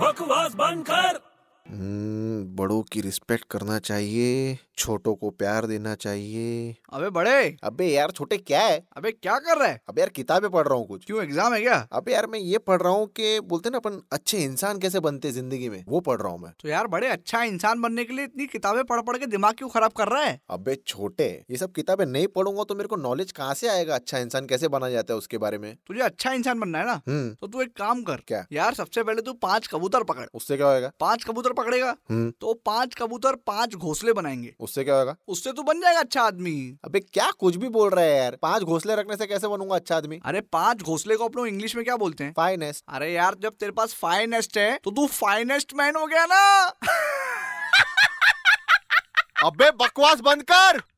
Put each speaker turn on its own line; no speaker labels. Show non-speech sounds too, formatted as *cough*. बकवास बंद कर
हम्म, बड़ों की रिस्पेक्ट करना चाहिए छोटों को प्यार देना चाहिए
अबे बड़े
अबे यार छोटे क्या है
अबे क्या कर रहा है
अबे यार किताबें पढ़ रहा हूँ कुछ
क्यों एग्जाम है क्या
अबे यार मैं ये पढ़ रहा हूँ कि बोलते हैं ना अपन अच्छे इंसान कैसे बनते हैं जिंदगी में वो पढ़ रहा हूँ मैं
तो यार बड़े अच्छा इंसान बनने के लिए इतनी किताबें पढ़ पढ़ के दिमाग क्यों खराब कर रहा है
अबे छोटे ये सब किताबें नहीं पढ़ूंगा तो मेरे को नॉलेज कहाँ से आएगा अच्छा इंसान कैसे बना जाता है उसके बारे में
तुझे अच्छा इंसान बनना है ना
हम्म
तो तू एक काम कर
क्या?
यार सबसे पहले तू पांच कबूतर पकड़
उससे क्या होएगा
पांच कबूतर पकड़ेगा
हम्म
तो पांच कबूतर पांच घोंसले बनाएंगे
उससे क्या होएगा
उससे तू बन जाएगा अच्छा आदमी
अबे क्या कुछ भी बोल रहा है यार पांच घोंसले रखने से कैसे बनूंगा अच्छा आदमी
अरे पांच घोंसले को अपनों इंग्लिश में क्या बोलते हैं
फाइनेंस
अरे यार जब तेरे पास फाइनेस्ट है तो तू फाइनेस्ट *laughs* मैन हो गया ना
अबे बकवास बंद कर